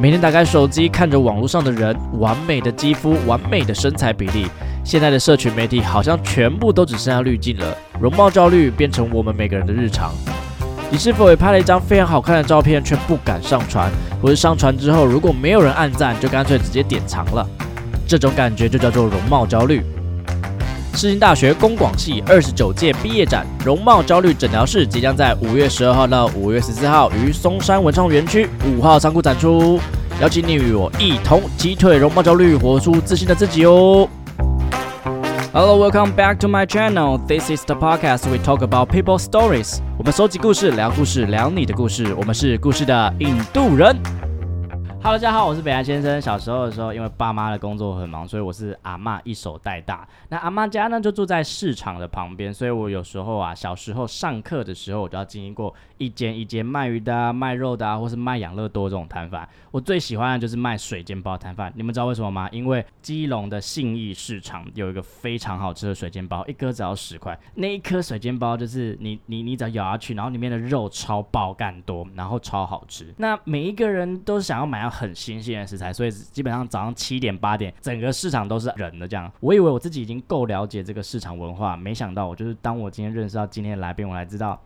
每天打开手机，看着网络上的人，完美的肌肤，完美的身材比例。现在的社群媒体好像全部都只剩下滤镜了，容貌焦虑变成我们每个人的日常。你是否也拍了一张非常好看的照片，却不敢上传，或是上传之后如果没有人按赞，就干脆直接典藏了？这种感觉就叫做容貌焦虑。世新大学公广系二十九届毕业展“容貌焦虑诊疗室”即将在五月十二号到五月十四号于松山文创园区五号仓库展出，邀请你与我一同击退容貌焦虑，活出自信的自己哦。Hello, welcome back to my channel. This is the podcast we talk about people stories. 我们收集故事，聊故事，聊你的故事。我们是故事的印度人。Hello，大家好，我是北安先生。小时候的时候，因为爸妈的工作很忙，所以我是阿嬷一手带大。那阿嬷家呢，就住在市场的旁边，所以我有时候啊，小时候上课的时候，我就要经过一间一间卖鱼的、啊、卖肉的啊，或是卖养乐多这种摊贩。我最喜欢的就是卖水煎包摊贩，你们知道为什么吗？因为基隆的信义市场有一个非常好吃的水煎包，一颗只要十块。那一颗水煎包就是你你你只要咬下去，然后里面的肉超爆干多，然后超好吃。那每一个人都想要买到很新鲜的食材，所以基本上早上七点八点，整个市场都是人的这样。我以为我自己已经够了解这个市场文化，没想到我就是当我今天认识到今天的来宾，我才知道。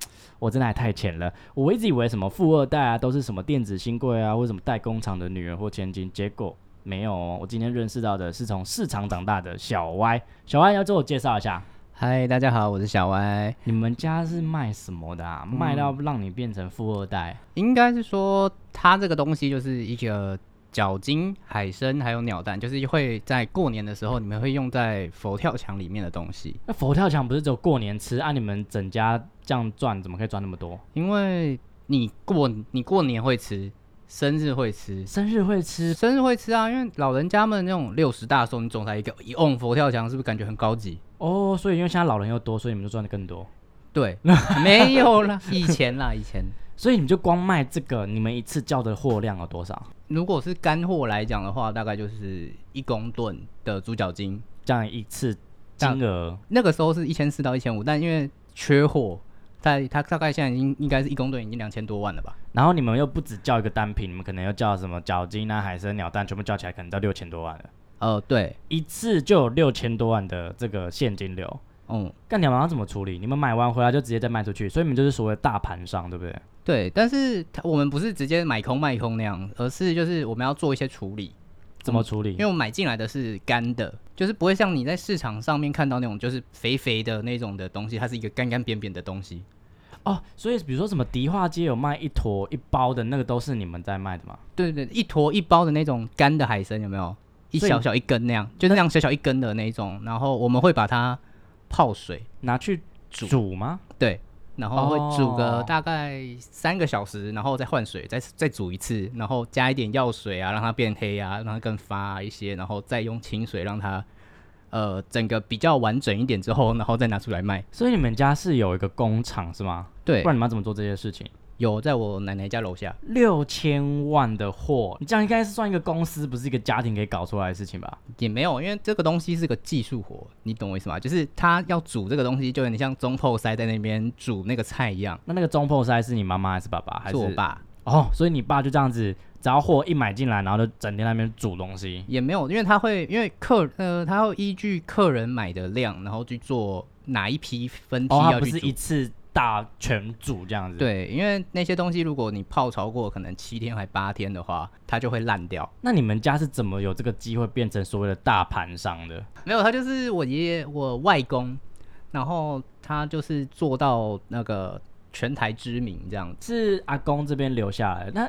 我真的还太浅了，我一直以为什么富二代啊，都是什么电子新贵啊，或者什么代工厂的女儿或千金，结果没有哦。我今天认识到的是从市场长大的小歪，小歪要自我介绍一下，嗨，大家好，我是小歪。你们家是卖什么的啊？卖到让你变成富二代？应该是说，它这个东西就是一个角鲸、海参还有鸟蛋，就是会在过年的时候你们会用在佛跳墙里面的东西。那佛跳墙不是只有过年吃？啊按、你们整家这样赚，怎么可以赚那么多？因为你过你过年会吃，生日会吃，生日会吃？生日会吃啊，因为老人家们那种六十大寿，你总裁一个一瓮佛跳墙，是不是感觉很高级？哦，所以因为现在老人又多，所以你们就赚的更多。对，没有啦，以前啦，以前。所以你们就光卖这个，你们一次叫的货量有多少？如果是干货来讲的话，大概就是一公吨的猪脚筋，这样一次金额那个时候是一千四到一千五，但因为缺货，在它大概现在已经应该是一公吨已经两千多万了吧？然后你们又不只叫一个单品，你们可能又叫什么脚筋啊、海参、鸟蛋，全部叫起来可能到六千多万了，呃，对，一次就有六千多万的这个现金流。嗯，干鸟要怎么处理？你们买完回来就直接再卖出去，所以你们就是所谓的大盘商，对不对？对，但是它我们不是直接买空卖空那样，而是就是我们要做一些处理，怎么处理？因为我们买进来的是干的，就是不会像你在市场上面看到那种就是肥肥的那种的东西，它是一个干干扁扁的东西。哦，所以比如说什么迪化街有卖一坨一包的那个，都是你们在卖的吗？对对，对一坨一包的那种干的海参有没有？一所以小小一根那样，就那样小小一根的那一种，然后我们会把它泡水，拿去煮煮吗？对，然后会煮哦个大概三个小时，然后再换水，再再煮一次，然后加一点药水啊，让它变黑啊，让它更发、一些，然后再用清水让它呃整个比较完整一点之后，然后再拿出来卖。所以你们家是有一个工厂是吗？对不，然你们要怎么做这些事情？有在我奶奶家楼下，六千万的货，你这样应该是算一个公司，不是一个家庭可以搞出来的事情吧？也没有，因为这个东西是个技术活，你懂我意思吗？就是它要煮这个东西，就有点像中后塞在那边煮那个菜一样。那那个中破塞是你妈妈还是爸爸？还是是我？爸哦，所以你爸就这样子，只要货一买进来，然后就整天在那边煮东西。也没有，因为他会因为客呃，他会依据客人买的量，然后去做哪一批分批哦，嗯要他不去是煮。一次大全煮这样子。，对，因为那些东西如果你泡超过可能七天还八天的话，它就会烂掉。那你们家是怎么有这个机会变成所谓的大盘商的？没有，他就是我爷爷我外公，然后他就是做到那个全台知名这样子。是阿公这边留下来的，那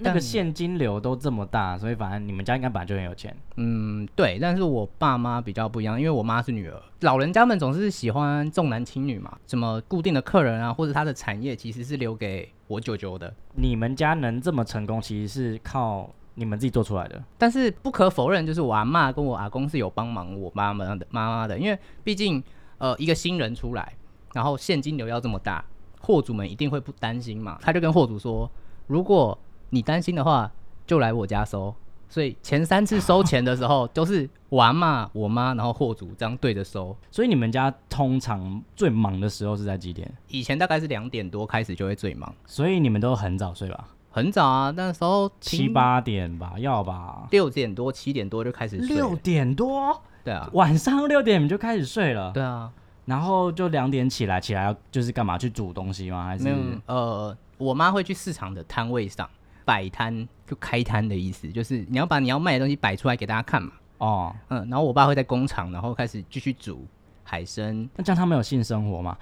那个但现金流都这么大，所以反正你们家应该本来就很有钱。嗯，对，但是我爸妈比较不一样，因为我妈是女儿，老人家们总是喜欢重男轻女嘛，什么固定的客人啊，或者他的产业其实是留给我舅舅的。你们家能这么成功，其实是靠你们自己做出来的。但是不可否认，就是我阿嬷跟我阿公是有帮忙我妈妈的妈妈的，因为毕竟呃一个新人出来，然后现金流要这么大，货主们一定会不担心嘛。他就跟货主说，如果你担心的话，就来我家收。所以前三次收钱的时候，都是我阿嬷、我妈，然后货主这样对着收。所以你们家通常最忙的时候是在几点？以前大概是两点多开始就会最忙，所以你们都很早睡吧？很早啊，那时候七听八点吧，要吧？六点多七点多就开始睡了六点多，对啊晚上六点你就开始睡了，对啊，然后就两点起来，起来要就是干嘛？去煮东西吗？还是没有呃，我妈会去市场的摊位上摆摊，就开摊的意思，就是你要把你要卖的东西摆出来给大家看嘛。哦？，嗯，然后我爸会在工厂，然后开始继续煮海参那这样他们有性生活吗？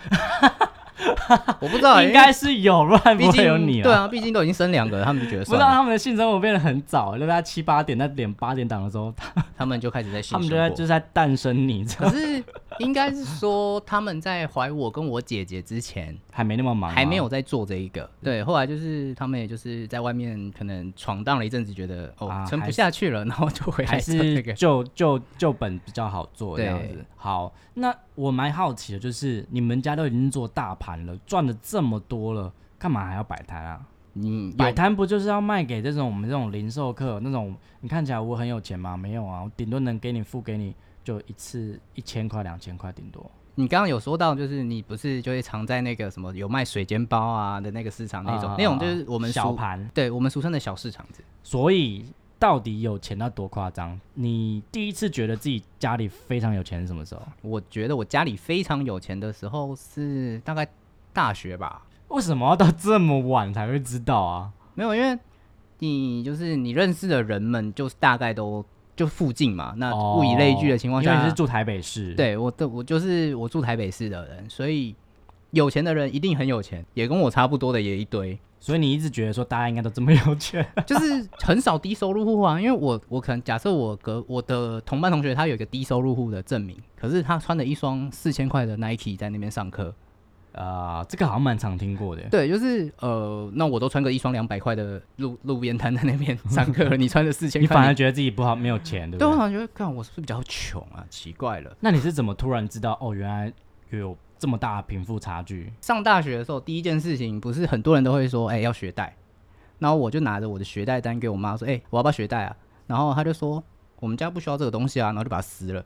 我不知道，应该是有，不然因为不毕会竟有你对。啊，毕竟都已经生两个了，他们就觉得 不知算道了，他们的性生活变得很早，就在七八点那点八点档的时候，他他们就开始在性他们就生在活就是在诞生你，这可是应该是说他们在怀我跟我姐姐之 前还没那么忙，啊还没有。在做这一个，对，后来就是他们也就是在外面可能闯荡了一阵子，觉得哦啊撑还不是下去了，然后就回来 还 做这是个。就就就本比较好做这样对子。好，那我蛮好奇的，就是你们家都已经做大盘了，赚了这么多了，干嘛还要摆摊啊？嗯，有摆摊不就是要卖给这种我们这种零售客那种？你看起来我很有钱吗？没有啊，我顶多能给你付给你就一次一千块、两千块顶多。你刚刚有说到，就是你不是就会常在那个什么有卖水煎包啊的那个市场那种，啊那种就是我们小俗，盘，对我们俗称的小市场子。所以到底有钱到多夸张？你第一次觉得自己家里非常有钱是什么时候？我觉得我家里非常有钱的时候是大概大学吧，为什么要到这么晚才会知道啊？没有，因为你就是你认识的人们，就是大概都就附近嘛，那物以类聚的情况哦因为下，你是住台北市，，对我的我就是我住台北市的人，所以有钱的人一定很有钱，也跟我差不多的也一堆，所以你一直觉得说大家应该都这么有钱， 就是很少低收入户啊。因为我我可能假设我隔我的同班同学他有一个低收入户的证明，可是他穿了一双四千块的 Nike 在那边上课，啊、这个好像蛮常听过的。对，就是呃，那我都穿个一双两百块的路路边摊在那边上 课了，你穿着四千你反块而。觉得自己不好，没有钱，对对，不对？我啊好像觉得，看我是不是比较穷啊？奇怪了。那你是怎么突然知道哦，原来有这么大的贫富差距？ 上大学的时候，第一件事情不是很多人都会说，哎、要学贷。然后我就拿着我的学贷单给我妈说，哎、我要不要学贷啊？然后她就说，我们家不需要这个东西啊，然后就把它撕了。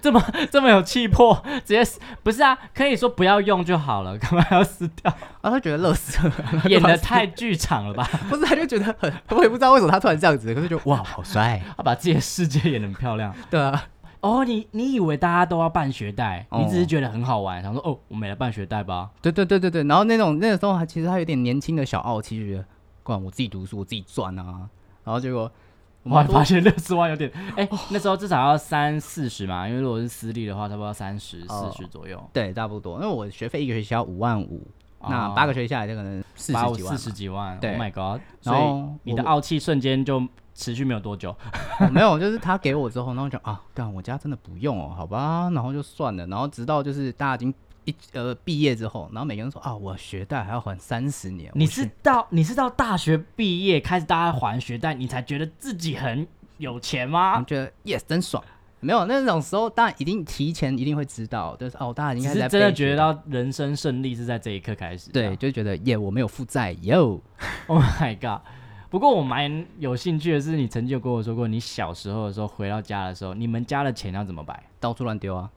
这么这么有气魄，直接撕不是啊？可以说不要用就好了，干嘛要撕掉？啊，她觉得乐死了， 演的太剧场了吧？ 不是，她就觉得很，我也不知道为什么她突然这样子，可是就哇，好帅，他 把自己的世界演得很漂亮。 对啊，哦，你你以为大家都要办学贷，哦你只是觉得很好玩，想说哦，我们也来办学贷吧。对对对对对。然后那种那个时候还其实她有点年轻的小傲气，就觉得管我自己读书，我自己赚啊。然后结果我哇，妈你说发现六十万 有点，哎、那时候至少要三四十嘛，因为如果是私立的话，差不多三十四哦十左右，对，差不多，因为我学费一个学期要五万五、那哦八个学期下来就可能四八十五啊几万四嘛。十几万对，Oh my god！所然以后你的我傲气瞬间就持续没有多久，哦 没有，就是他给我之后，然后就啊，干我家真的不用哦，好吧，然后就算了，然后直到就是大家已经一呃毕业之后，然后每个人说啊，我学贷还要还三十年，你我学是到你是到大学毕业开始大家还学贷，你才觉得自己很有钱我吗？觉得 yes 真爽。没有那种时候，大家一定提前一定会知道，就是哦，大家已你经开是始在真的备觉得学贷到人生胜利是在这一刻开始。对，就觉得耶，我没有负债哟。 ，Oh my god！不过我蛮有兴趣的是，你曾经有跟我说过，你小时候的时候回到家的时候，你们家的钱要怎么摆？ 到处乱丢啊。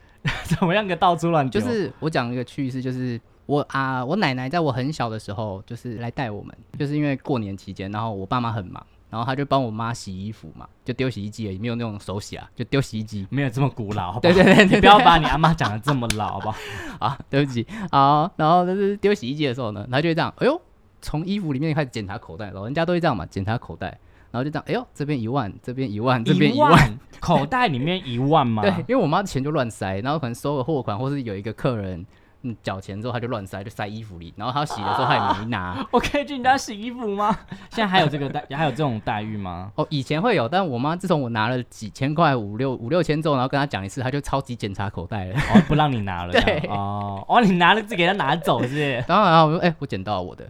怎么样个到处乱就丢？啊是我讲一个趣事，就是我啊，我奶奶在我很小的时候，就是来带我们，就是因为过年期间，然后我爸妈很忙，然后她就帮我妈洗衣服嘛，就丢洗衣机而已，没有那种手洗啊，就丢洗衣机没有这么古老，好不好对对对对你不要把你阿妈讲的这么老，好不好？啊，对不起啊。然后就是丢洗衣机的时候呢，她就会这样，哎呦，从衣服里面开始检查口袋，老人家都会这样嘛，检查口袋，然后就这样，哎呦，这边一万，这边一万，这边一 一万。万，口袋里面一万吗？ 对，因为我妈的钱就乱塞，然后可能收了货款，或是有一个客人嗯缴钱之后，她就乱塞，就塞衣服里，然后她洗的时候她也没拿， 我可以去你家洗衣服吗？ 现在还有这个待，还有这种待遇 吗？哦，以前会有，但我妈自从我拿了几千块五六五六千之后，然后跟她讲一次，她就超级检查口袋了。 哦，不让你拿了，这样对哦，哦，你拿了就给他拿走是不 是？当然啊，我说哎、我捡到了我的，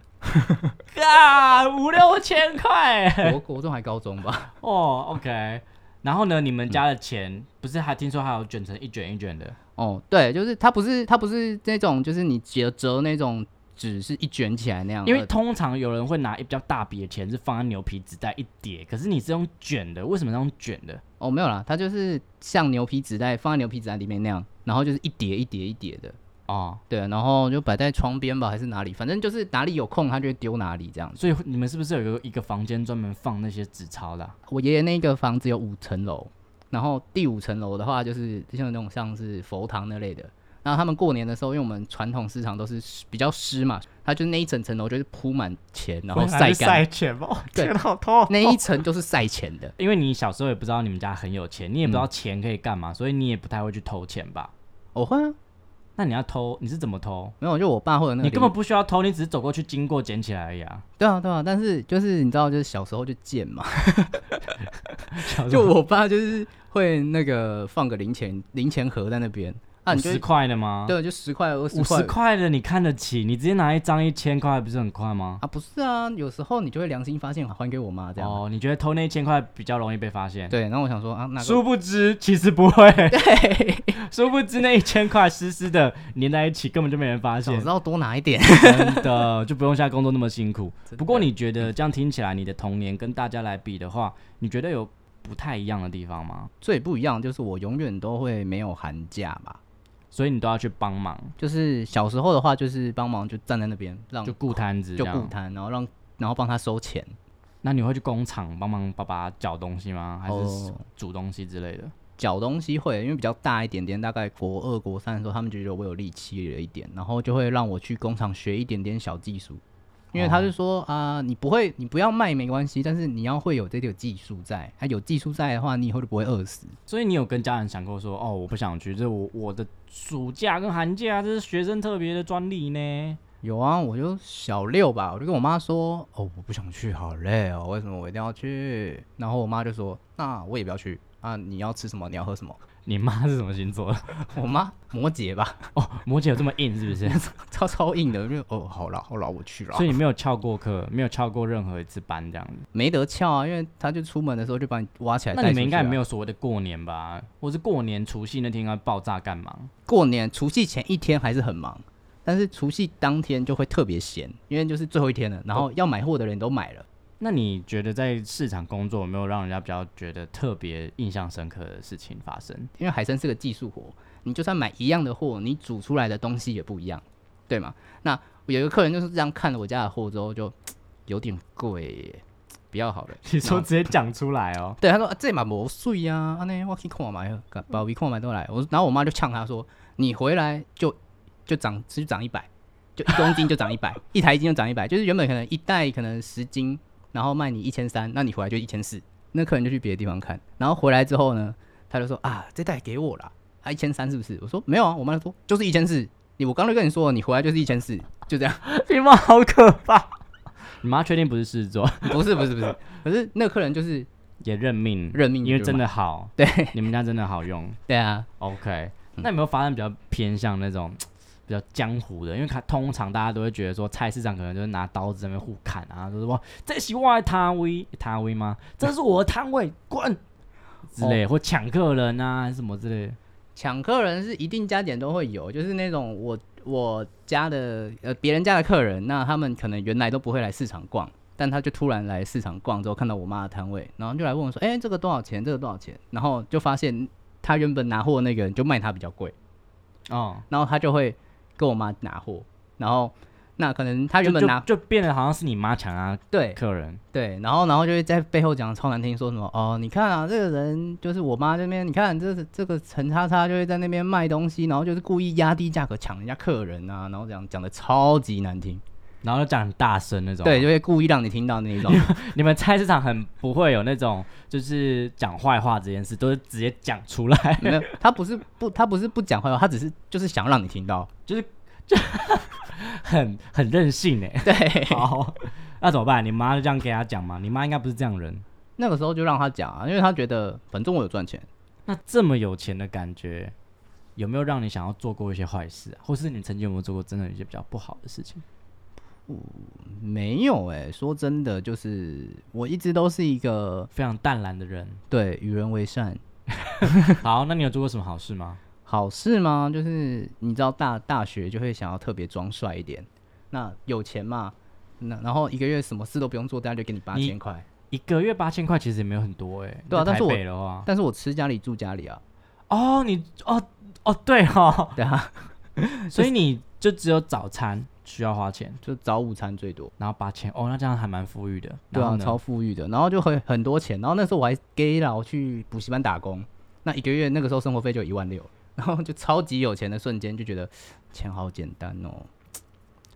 啊，五六千块国国中还高中吧，哦，OK。然后呢，你们家的钱不是还听说还有卷成一卷一卷的？哦，对，就是它不是它不是那种就是你折折那种纸是一卷起来那样，因为呃通常有人会拿一比较大笔的钱是放在牛皮纸袋一叠，可是你是用卷的，为什么是用卷的？哦没有啦，它就是像牛皮纸袋放在牛皮纸袋里面那样，然后就是一叠一叠一叠的，哦，对，啊然后就摆在窗边吧，还是哪里，反正就是哪里有空他就会丢哪里这样子。所以你们是不是有一个一个房间专门放那些纸钞的啊、我爷爷那个房子有五层楼，然后第五层楼的话就是像那种像是佛堂那类的。然后他们过年的时候，因为我们传统市场都是比较湿嘛，它就是那一整层楼就是铺满钱， 然后晒干，晒钱吗？对天啊好痛！那一层就是晒钱的。因为你小时候也不知道你们家很有钱，你也不知嗯道钱可以干嘛，所以你也不太会去偷钱吧？我会啊，那你要偷，你是怎么偷？没有，就我爸会有那个你零。根本不需要偷，你只是走过去经过捡起来而已啊。对啊对啊，但是就是你知道，就是小时候就贱嘛，小时 就候我爸就是会那个放个零钱零钱盒在那边啊，五你就十块的吗？，对，就十块二十五块十块的你看得起，你直接拿一张一千块不是很快吗？啊，不是啊，有时候你就会良心发现，还给我妈这样。哦，你觉得偷那一千块比较容易被发现？对，然后我想说啊，那个殊不知其实不会，对， 殊不知那一千块湿湿的粘在一起，根本就没人发早现知，道多拿 一点。真的就不用现在工作那么辛 苦。真的不过你觉得这样听起来，你的童年跟大家来比的话，你觉得有不太一样的地方吗？最不一样就是我永远都会没有寒假吧，所以你都要去帮忙，就是小时候的话，就是帮忙就站在那边让就顾摊子这就样，顾摊，然后让然后帮他收钱。那你会去工厂帮忙爸爸搅东西吗？还是哦煮东西之类的？缴东西会，因为比较大一点点，大概国二、国三的时候，他们就觉得我有力气了一点，然后就会让我去工厂学一点点小技术。因为他是说啊、你不会，你不要卖没关系，但是你要会有这个技术在。啊，有技术在的话，你以后就不会饿死。所以你有跟家人想过说，哦，我不想去，这是我我的暑假跟寒假，这是学生特别的专利呢。有啊，我就小六吧，我就跟我妈说，哦，我不想去，好累哦，为什么我一定要去？然后我妈就说，那我也不要去啊，你要吃什么，你要喝什么？你妈是什么星座的？ 我妈摩羯吧， 哦，摩羯有这么硬是不是？ 超超硬的，就哦，好啦好啦，我去啦。所以你没有翘过课，没有翘过任何一次班这样子。没得翘啊，因为他就出门的时候就把你挖起来、带啊那你们应该没没有有所谓的过年吧？或是过年除夕那天应该爆炸干嘛？过年除夕前一天还是很忙，但是除夕当天就会特别闲，因为就是最后一天了，然后要买货的人都买了。那你觉得在市场工作有没有让人家比较觉得特别印象深刻的事情发生？因为海参是个技术活，你就算买一样的货，你煮出来的东西也不一样，对吗？那有一个客人就是这样看了我家的货之后就，有点贵耶，不要好了。 你说直接讲出来哦。对，他说、啊、这嘛磨碎呀，安啊尼我去看买了，把我看买都来。我然后我妈就呛他说，你回来就就涨，就涨一百，就一公斤就涨一百， 一台斤就涨一百，就是原本可能一袋可能十斤，然后卖你一千三，那你回来就一千四，那客人就去别的地方看，然后回来之后呢，他就说啊，这袋给我啦，啊一千三是不是？我说没有啊，我妈就说就是一千四，你我刚才跟你说了，你回来就是一千四，就这样。你妈好可怕！ 你妈确定不是狮子座， 不是不是不是，可是那客人就是也认命，认命因为就真买的好，对你们家真的好用。对啊， OK，那有没有发生比较偏向那种比较江湖的？因为看通常大家都会觉得说菜市场可能就是拿刀子在那边互砍啊，就是哇，这是我的摊位，摊位吗？这是我的摊位，滚！之类，哦或抢客人啊，还是什么之类的。抢客人是一定加点都会有，就是那种我我家的呃别人家的客人，那他们可能原来都不会来市场逛，但他就突然来市场逛之后，看到我妈的摊位，然后就来问我说：“哎、这个多少钱？这个多少钱？”然后就发现他原本拿货那个人就卖他比较贵，哦，然后他就会跟我妈拿货，然后那可能他就原本就拿就变得好像是你妈抢啊对客人，对，然后然后就会在背后讲超难听，说什么哦，你看啊，这个人就是我妈这边，你看这这个陈叉叉就会在那边卖东西，然后就是故意压低价格抢人家客人啊，然后这样讲的超级难听，然后就讲很大声那种。对，就会故意让你听到那一 种，你们菜市场很不会有那种就是讲坏话这件事，都是直接讲出来，没有，他不是不他不是不讲坏话，他只是就是想让你听到，就是就很很任性哎。对， 好，那怎么办？你妈就这样给他讲吗？你妈应该不是这样人。那个时候就让他讲啊，因为他觉得反正我有赚钱，那这么有钱的感觉，有没有让你想要做过一些坏事、啊，或是你曾经有没有做过真的有一些比较不好的事情？没有哎、说真的，就是我一直都是一个非常淡然的 人。对与人为善，好，那你有做过什么好事吗？好事吗？就是你知道大大学就会想要特别装帅一点，那有钱嘛，那然后一个月什么事都不用做，大家就给你八你千块。一个月八千块其实也没有很多哎、对啊在但是台我北的话，但是我吃家里住家里啊， 哦，你哦哦对哦，对啊，所以你就只有早餐需要花钱，就早午餐最多。然后八千哦，那这样还蛮富裕的。对然后啊，呢超富裕的，然后就很很多钱，然后那时候我还给老去补习班打工，那一个月那个时候生活费就一万六， 然后就超级有钱的瞬间就觉得钱好简单哦，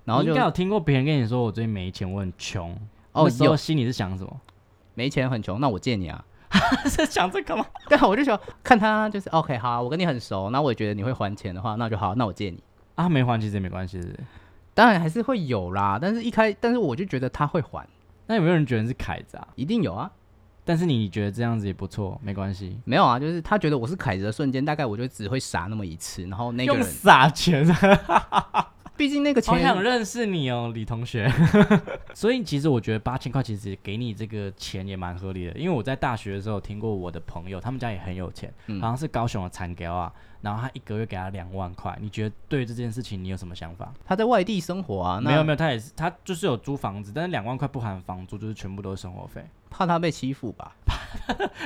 然后你就应该有听过别人跟你说我最近没钱，我很穷。哦那时候有心里是想什么？没钱很穷，那我借你啊， 是想这个吗？ 但啊我就想看他就是 OK 好啊、我跟你很熟，那我也觉得你会还钱的话，那就好，那我借你，啊，没还其实也没关系，是不是当然还是会有啦，但是一开，但是我就觉得他会还，那有没有人觉得你是凯子啊？一定有啊，但是你觉得这样子也不错，没关系。没有啊，就是他觉得我是凯子的瞬间，大概我就只会傻那么一次，然后那个用哦人，撒钱，啊毕竟那个好钱想认识你哦，李同学。 所以其实我觉得八千块其实给你这个钱也蛮合理的，因为我在大学的时候听过我的朋友，他们家也很有钱，嗯好像是高雄的产雕啊，然后他一个月给他两万块。你觉得对这件事情你有什么想法？他在外地生活啊，那没有没有，他也是他就是有租房子，但是两万块不含房租，就是全部都是生活费。 怕他被欺负吧？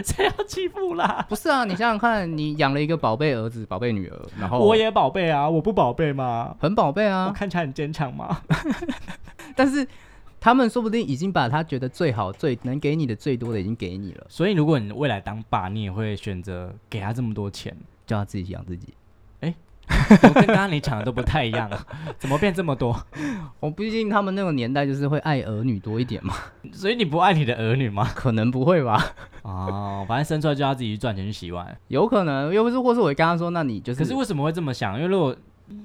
谁要欺负啦？不是啊，你想想看，你养了一个宝贝儿子、宝贝女儿，然后我也宝贝啊，我不宝贝吗？很宝贝我啊，看起来很坚强吗？但是他们说不定已经把他觉得最好、最能给你的最多的已经给你 了，所以如果你未来当爸，你也会选择给他这么多钱？叫他自己养自己。我跟刚刚你讲的都不太一样， 怎么变这么多？我哦毕竟他们那个年代就是会爱儿女多一点嘛， 所以你不爱你的儿女吗？可能不会吧？哦，反正生出来就要自己去赚钱去洗碗。有可能，又不是，或是我跟他说，那你就是，可是为什么会这么想？因为如果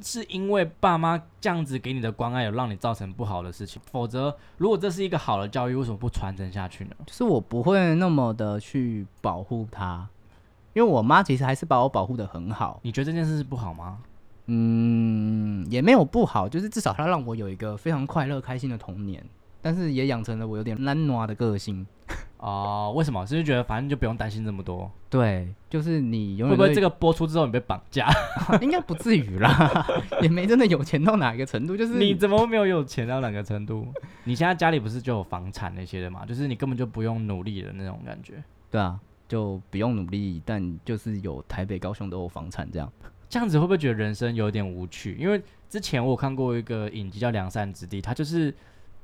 是因为爸妈这样子给你的关爱，有让你造成不好的事情，否则如果这是一个好的教育，为什么不传承下去呢？就是我不会那么的去保护他，因为我妈其实还是把我保护的很好，你觉得这件事是不好吗？嗯，也没有不好，就是至少他让我有一个非常快乐、开心的童年，但是也养成了我有点懒惰的个性。哦、为什么？是不是觉得反正就不用担心这么多？对，就是你永会远不会这个个播出之后你被绑架？ 应该不至于啦， 也没真的有钱到哪一个程度，就是你怎么会没有有钱到哪个程度？你现在家里不是就有房产那些的嘛？就是你根本就不用努力的那种感觉。对啊，就不用努力，但就是有台北、高雄都有房产这样。这样子会不会觉得人生有点无趣？因为之前我有看过一个影集叫《良善之地》，它就是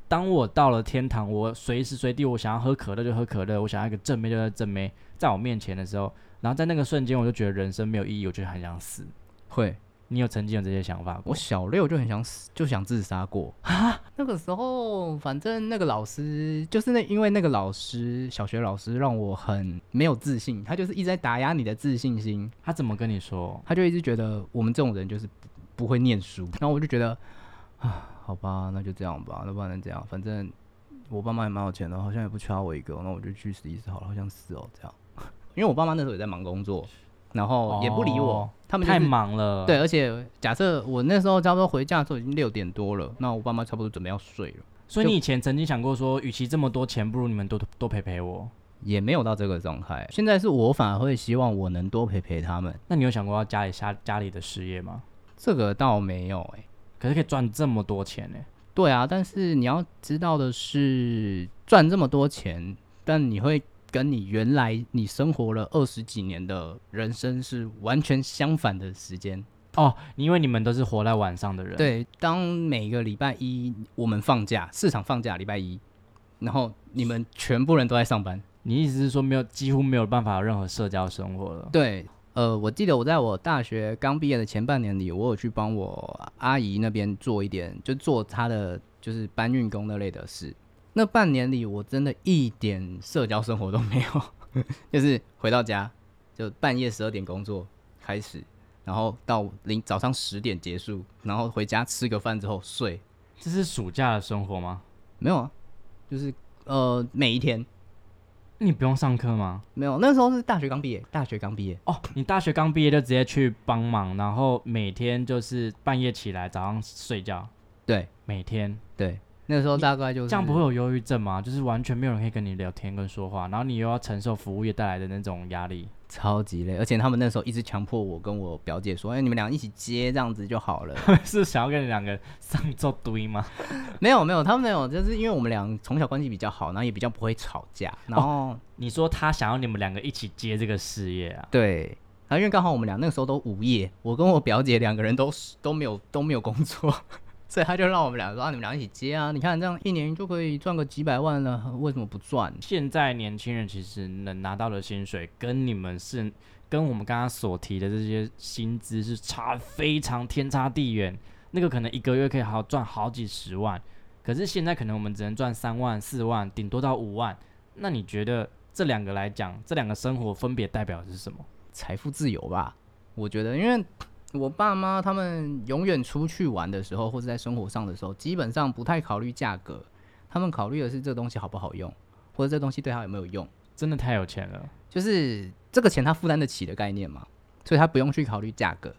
当我到了天堂，我随时随地我想要喝可乐就喝可乐，我想要一个正妹就在正妹在我面前的时候，然后在那个瞬间我就觉得人生没有意义，我就很想死。会，你有曾经有这些想法过我？小六就很想死，就想自杀过啊。那个时候，反正那个老师就是那，因为那个老师，小学老师让我很没有自信，他就是一直在打压你的自信心。他怎么跟你说？他就一直觉得我们这种人就是不不会念书，然后我就觉得啊，好吧，那就这样吧，那不然能怎样？反正我爸妈也蛮有钱的，好像也不缺我一个，那我就去死一死好了，好像是哦，这样。 因为我爸妈那时候也在忙工作，然后也不理我，哦他们、就是、太忙了。对，，而且假设我那时候差不多回家的时候已经六点多了，那我爸妈差不多准备要睡了，所以就你以前曾经想过说，与其这么多钱，不如你们多多陪陪我。也没有到这个状态。现在是我反而会希望我能多陪陪他们，那你有想过要家里下家里的事业吗？这个倒没有哎、可是可以赚这么多钱呢、对啊，但是你要知道的是，赚这么多钱，但你会跟你原来你生活了二十几年的人生是完全相反的时间。哦，因为你们都是活在晚上的人。，对，当每个礼拜一我们放假，市场放假礼拜一，然后你们全部人都在上班。你意思是说没有几乎没有办法有任何社交生活了？对，呃，我记得我在我大学刚毕业的前半年里，我有去帮我阿姨那边做一点，就做她的就是搬运工那类的事。那半年里，我真的一点社交生活都没有， 就是回到家就半夜十二点工作开始，然后到零早上十点结束，然后回家吃个饭之后睡，这是暑假的生活吗？没有啊，就是呃每一天你不用上课吗？没有。那时候是大学刚毕业，大学刚毕业，哦，你大学刚毕业就直接去帮忙，然后每天就是半夜起来，早上睡觉，对每天对，那时候大概就是这样不会有忧郁症吗？就是完全没有人可以跟你聊天跟说话，然后你又要承受服务业带来的那种压力。 超级累，而且他们那时候一直强迫我跟我表姐说：“哎、你们俩一起接这样子就好了。 是想要跟你两个上座堆吗？”没有没有，他们没有，就是因为我们俩从小关系比较好，然后也比较不会吵架，然后、你说他想要你们两个一起接这个事业啊？对，然后因为刚好我们俩那个时候都无业，我跟我表姐两个人都 是都没有都没有工作， 所以他就让我们俩说啊，你们俩一起接啊，你看这样一年就可以赚个几百万了，为什么不赚？现在年轻人其实能拿到的薪水，跟你们是跟我们刚刚所提的这些薪资是差非常天差地远。那个可能一个月可以好赚好几十万，可是现在可能我们只能赚三万、四万，顶多到五万。那你觉得这两个来讲，这两个生活分别代表的是什么？财富自由吧，我觉得，因为我爸妈他们永远出去玩的时候，或者在生活上的时候，基本上不太考虑价格，他们考虑的是这东西好不好用，或者这东西对他有没有用，真的太有钱了。。就是这个钱他负担得起的概念嘛，所以他不用去考虑价格。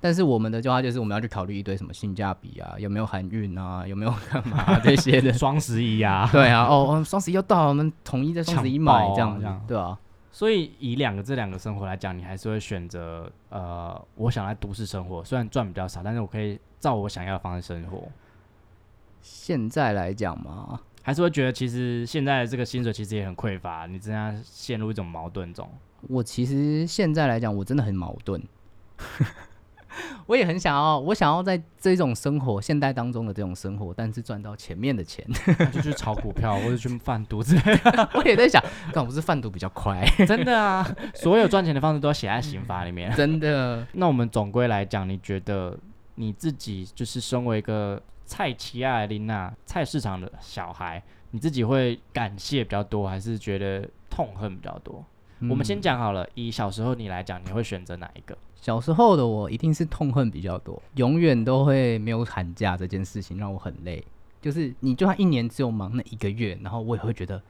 但是我们的就话就是我们要去考虑一堆什么性价比啊，有没有含运啊，有没有干嘛、这些的 双十一啊，对啊，哦，哦双十一要到了，我们统一在双十一买抢爆啊这样子这样，对啊，所以以两个这两个生活来讲，你还是会选择呃，我想在都市生活，虽然赚比较少，但是我可以照我想要的方式生活，现在来讲嘛，还是会觉得其实现在这个薪水其实也很匮乏，你真的陷入一种矛盾中。我其实现在来讲，我真的很矛盾。 我也很想要，我想要在这种生活现代当中的这种生活，但是赚到前面的钱。 那就去炒股票，或者去贩毒 之类我也在想，干我不是贩毒比较快， 的，真的啊，所有赚钱的方式都要写在刑法里面。真的。 那我们总归来讲，你觉得你自己就是身为一个菜奇亚琳娜菜市场的小孩，你自己会感谢比较多，还是觉得痛恨比较多？嗯我们先讲好了，以小时候你来讲，你会选择哪一个？小时候的我一定是痛恨比较多，永远都会没有寒假这件事情让我很累。就是你就算一年只有忙那一个月，然后我也会觉得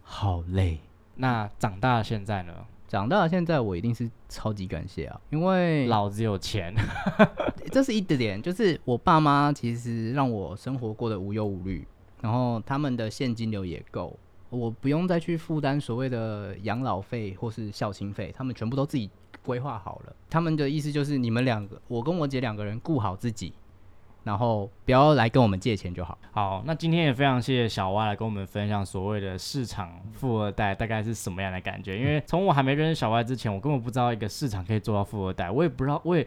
好累。那长大了现在呢？长大了现在我一定是超级感谢啊，因为老子有钱， 这是一点，就是我爸妈其实让我生活过得无忧无虑，然后他们的现金流也够，我不用再去负担所谓的养老费或是孝亲费，他们全部都自己规划好了。他们的意思就是，你们两个，我跟我姐两个人顾好自己，然后不要来跟我们借钱就好。好，那今天也非常谢谢小蛙来跟我们分享所谓的市场富二代大概是什么样的感觉。因为从我还没认识小蛙之前，我根本不知道一个市场可以做到富二代，我也不知道，我也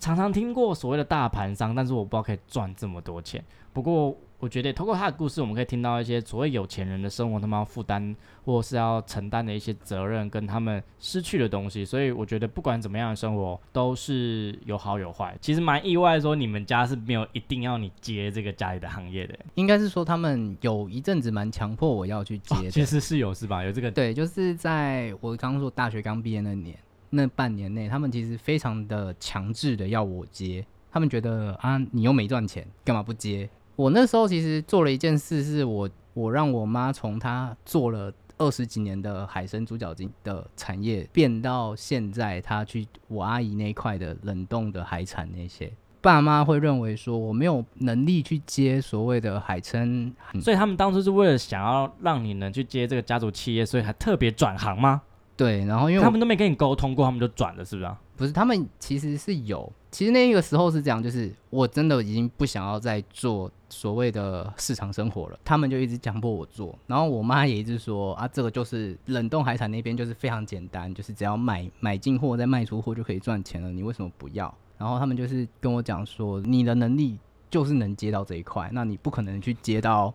常常听过所谓的大盘商，但是我不知道可以赚这么多钱。不过我觉得透过他的故事，我们可以听到一些所谓有钱人的生活，他们要负担或是要承担的一些责任，跟他们失去的东西。所以我觉得不管怎么样的生活，都是有好有坏。其实蛮意外说你们家是没有一定要你接这个家里的行业的。应该是说，他们有一阵子蛮强迫我要去 接的，其实是有是吧？有这个对，就是在我刚说大学刚毕业那年，那半年内，他们其实非常的强制的要我接，他们觉得啊，你又没赚钱，干嘛不接？我那时候其实做了一件事，是我我让我妈从她做了二十几年的海参猪脚筋的产业，变到现在她去我阿姨那一块的冷冻的海产那些。爸妈会认为说我没有能力去接所谓的海参，嗯所以他们当初是为了想要让你能去接这个家族企业，所以还特别转行吗？对，然后因为我他们都没跟你沟通过，他们就转了，是不是、啊？不是，他们其实是有，其实那个时候是这样，就是我真的已经不想要再做所谓的市场生活了，他们就一直强迫我做，然后我妈也一直说啊，这个就是冷冻海产那边就是非常简单，就是只要买买进货再卖出货就可以赚钱了，你为什么不要？然后他们就是跟我讲说，你的能力就是能接到这一块，那你不可能去接到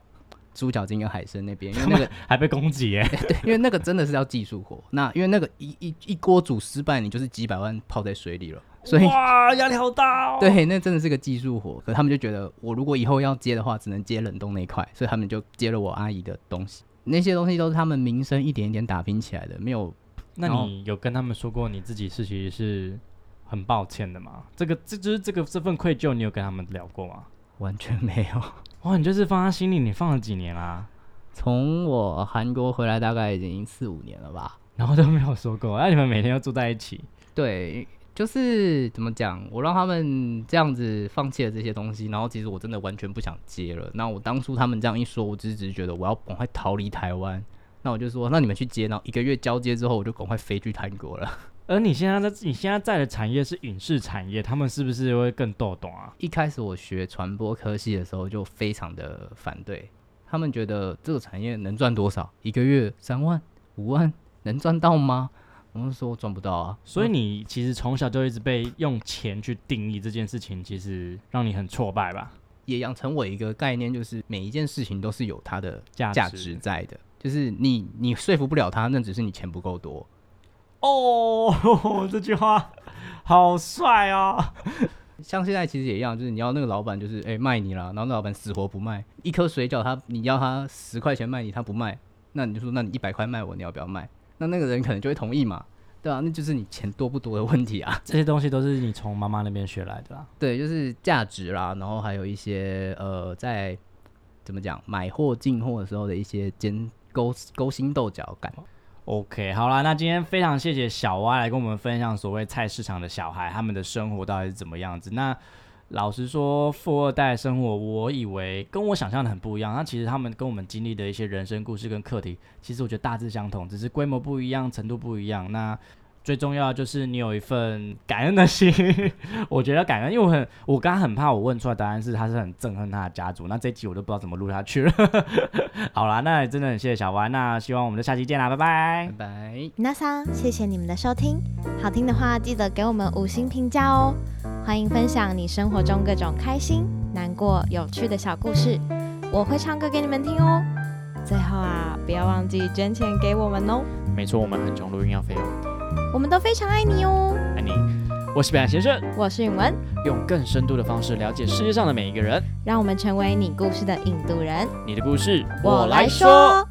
猪脚筋跟海参那边，因为那个还被攻击 耶！对，因为那个真的是要技术活。那因为那个一一一锅煮失败，你就是几百万泡在水里了。所以哇，压力好大哦。，对，那真的是个技术活。可他们就觉得，我如果以后要接的话，只能接冷冻那一块，所以他们就接了我阿姨的东西。那些东西都是他们民生一点一点打拼起来的，没有那然后你有跟他们说过你自己是其实是很抱歉的吗？这个这就是这个这份愧疚，你有跟他们聊过吗？完全没有。 哇，你就是放在心里，你放了几年啊啦、从我韩国回来大概已经四五年了吧。然后都没有说过。 那你们每天都住在一起，对，就是怎么讲，我让他们这样子放弃了这些东西，然后其实我真的完全不想接了。那我当初他们这样一说，我只是只是觉得我要赶快逃离台湾。那我就说，那你们去接，然后一个月交接之后，我就赶快飞去韩国了。 而你现在在你现在在的产业是影视产业，他们是不是会更逗懂啊？一开始我学传播科系的时候，就非常的反对，他们觉得这个产业能赚多少？一个月三万、五万，能赚到吗？我就说我赚不到啊。所以你其实从小就一直被用钱去定义这件事情，其实让你很挫败吧？也养成我一个概念，就是每一件事情都是有它的价价值值在的。就是你你说服不了他，那只是你钱不够多。哦， 这句话好帅 啊！像现在其实也一样，就是你要那个老板就是哎、卖你啦，然后那老板死活不卖，一颗水饺他你要他十块钱卖你，他不卖，那你就说那你一百块卖我，你要不要卖？那那个人可能就会同意嘛，对啊，那就是你钱多不多的问题啊。 这些东西都是你从妈妈那边学来的啦。对，就是价值啦，然后还有一些呃，在怎么讲买货进货的时候的一些尖勾勾心斗角感。 OK，好啦，那今天非常谢谢小蛙来跟我们分享所谓菜市场的小孩他们的生活到底是怎么样子。那老实说，富二代生活，我以为跟我想象的很不一样。那其实他们跟我们经历的一些人生故事跟课题，其实我觉得大致相同，只是规模不一样，程度不一样。那最重要的就是你有一份感恩的心， 我觉得感恩，因为我很，我刚刚很怕我问出来答案是他是很憎恨他的家族，那这一集我都不知道怎么录下去了。 好啦，那真的很谢谢小歪，那希望我们就下期见啦，拜拜拜。拜。那桑，谢谢你们的收听，好听的话记得给我们五星评价哦。欢迎分享你生活中各种开心、难过、有趣的小故事，我会唱歌给你们听哦。最后啊，不要忘记捐钱给我们哦，没错，我们很穷，录音要哦费用。我们都非常爱你哦。爱你，我是北岸先生，我是允文，用更深度的方式了解世界上的每一个人。让我们成为你故事的引渡人。你的故事，我来说。